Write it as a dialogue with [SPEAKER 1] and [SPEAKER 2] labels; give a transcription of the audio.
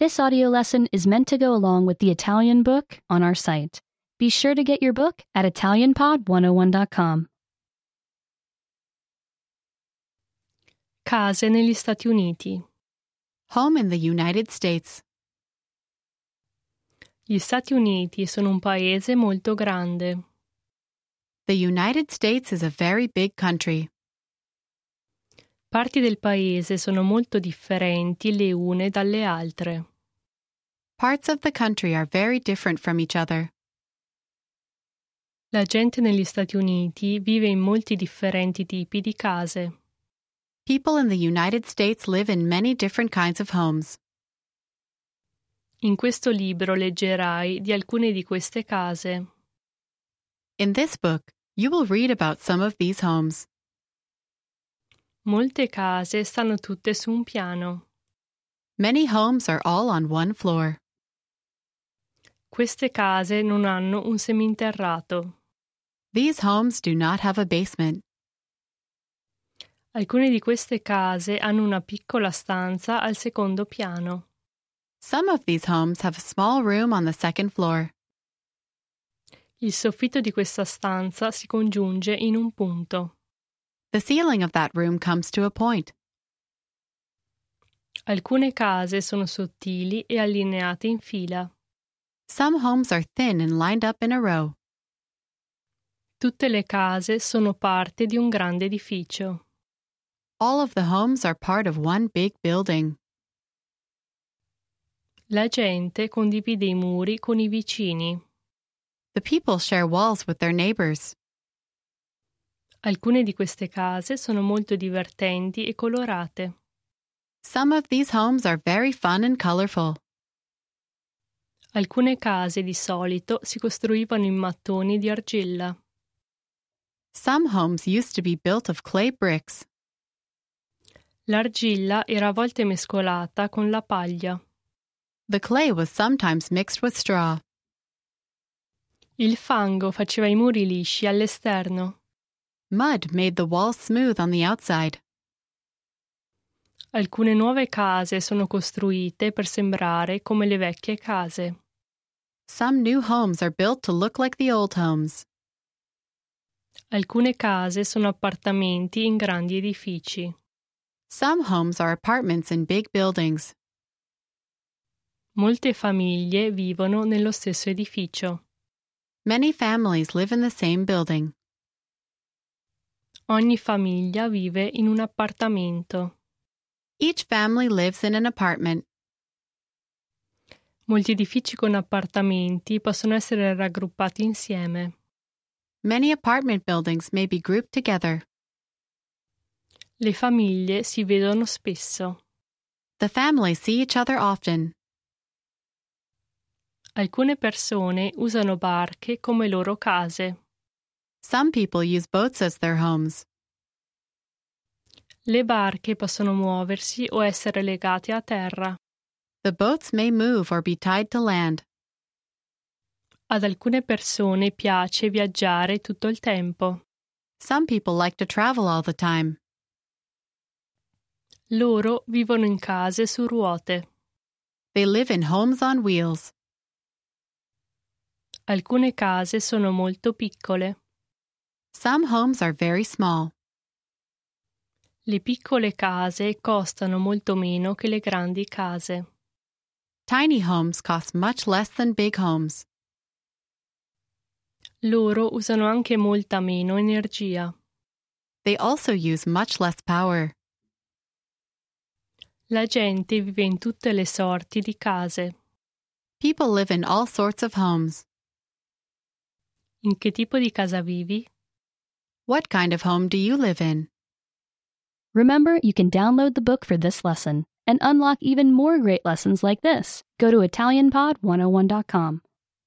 [SPEAKER 1] This audio lesson is meant to go along with the Italian book on our site. Be sure to get your book at ItalianPod101.com.
[SPEAKER 2] Case negli Stati Uniti.
[SPEAKER 3] Home in the United States.
[SPEAKER 2] Gli Stati Uniti sono un paese molto grande.
[SPEAKER 3] The United States is a very big country.
[SPEAKER 2] Parti del paese sono molto differenti le une dalle altre.
[SPEAKER 3] Parts of the country are very different from each other.
[SPEAKER 2] La gente negli Stati Uniti vive in molti differenti tipi di case.
[SPEAKER 3] People in the United States live in many different kinds of homes.
[SPEAKER 2] In questo libro leggerai di alcune di queste case.
[SPEAKER 3] In this book, you will read about some of these homes.
[SPEAKER 2] Molte case stanno tutte su un piano.
[SPEAKER 3] Many homes are all on one floor.
[SPEAKER 2] Queste case non hanno un seminterrato.
[SPEAKER 3] These homes do not have a basement.
[SPEAKER 2] Alcune di queste case hanno una piccola stanza al secondo piano.
[SPEAKER 3] Some of these homes have a small room on the second floor.
[SPEAKER 2] Il soffitto di questa stanza si congiunge in un punto.
[SPEAKER 3] The ceiling of that room comes to a point.
[SPEAKER 2] Alcune case sono sottili e allineate in fila.
[SPEAKER 3] Some homes are thin and lined up in a row.
[SPEAKER 2] Tutte le case sono parte di un grande edificio.
[SPEAKER 3] All of the homes are part of one big building.
[SPEAKER 2] La gente condivide i muri con i vicini.
[SPEAKER 3] The people share walls with their neighbors.
[SPEAKER 2] Alcune di queste case sono molto divertenti e colorate.
[SPEAKER 3] Some of these homes are very fun and colorful.
[SPEAKER 2] Alcune case di solito si costruivano in mattoni di argilla.
[SPEAKER 3] Some homes used to be built of clay bricks.
[SPEAKER 2] L'argilla era a volte mescolata con la paglia.
[SPEAKER 3] The clay was sometimes mixed with straw.
[SPEAKER 2] Il fango faceva i muri lisci all'esterno.
[SPEAKER 3] Mud made the walls smooth on the outside.
[SPEAKER 2] Alcune nuove case sono costruite per sembrare come le vecchie case.
[SPEAKER 3] Some new homes are built to look like the old homes.
[SPEAKER 2] Alcune case sono appartamenti in grandi edifici.
[SPEAKER 3] Some homes are apartments in big buildings.
[SPEAKER 2] Molte famiglie vivono nello stesso edificio.
[SPEAKER 3] Many families live in the same building.
[SPEAKER 2] Ogni famiglia vive in un appartamento.
[SPEAKER 3] Each family lives in an apartment.
[SPEAKER 2] Molti edifici con appartamenti possono essere raggruppati insieme.
[SPEAKER 3] Many apartment buildings may be grouped together.
[SPEAKER 2] Le famiglie si vedono spesso.
[SPEAKER 3] The families see each other often.
[SPEAKER 2] Alcune persone usano barche come loro case.
[SPEAKER 3] Some people use boats as their homes.
[SPEAKER 2] Le barche possono muoversi o essere legate a terra.
[SPEAKER 3] The boats may move or be tied to land.
[SPEAKER 2] Ad alcune persone piace viaggiare tutto il tempo.
[SPEAKER 3] Some people like to travel all the time.
[SPEAKER 2] Loro vivono in case su ruote.
[SPEAKER 3] They live in homes on wheels.
[SPEAKER 2] Alcune case sono molto piccole.
[SPEAKER 3] Some homes are very small.
[SPEAKER 2] Le piccole case costano molto meno che le grandi case.
[SPEAKER 3] Tiny homes cost much less than big homes.
[SPEAKER 2] Loro usano anche molta meno energia.
[SPEAKER 3] They also use much less power.
[SPEAKER 2] La gente vive in tutte le sorti di case.
[SPEAKER 3] People live in all sorts of homes.
[SPEAKER 2] In che tipo di casa vivi?
[SPEAKER 3] What kind of home do you live in?
[SPEAKER 1] Remember, you can download the book for this lesson and unlock even more great lessons like this. Go to ItalianPod101.com.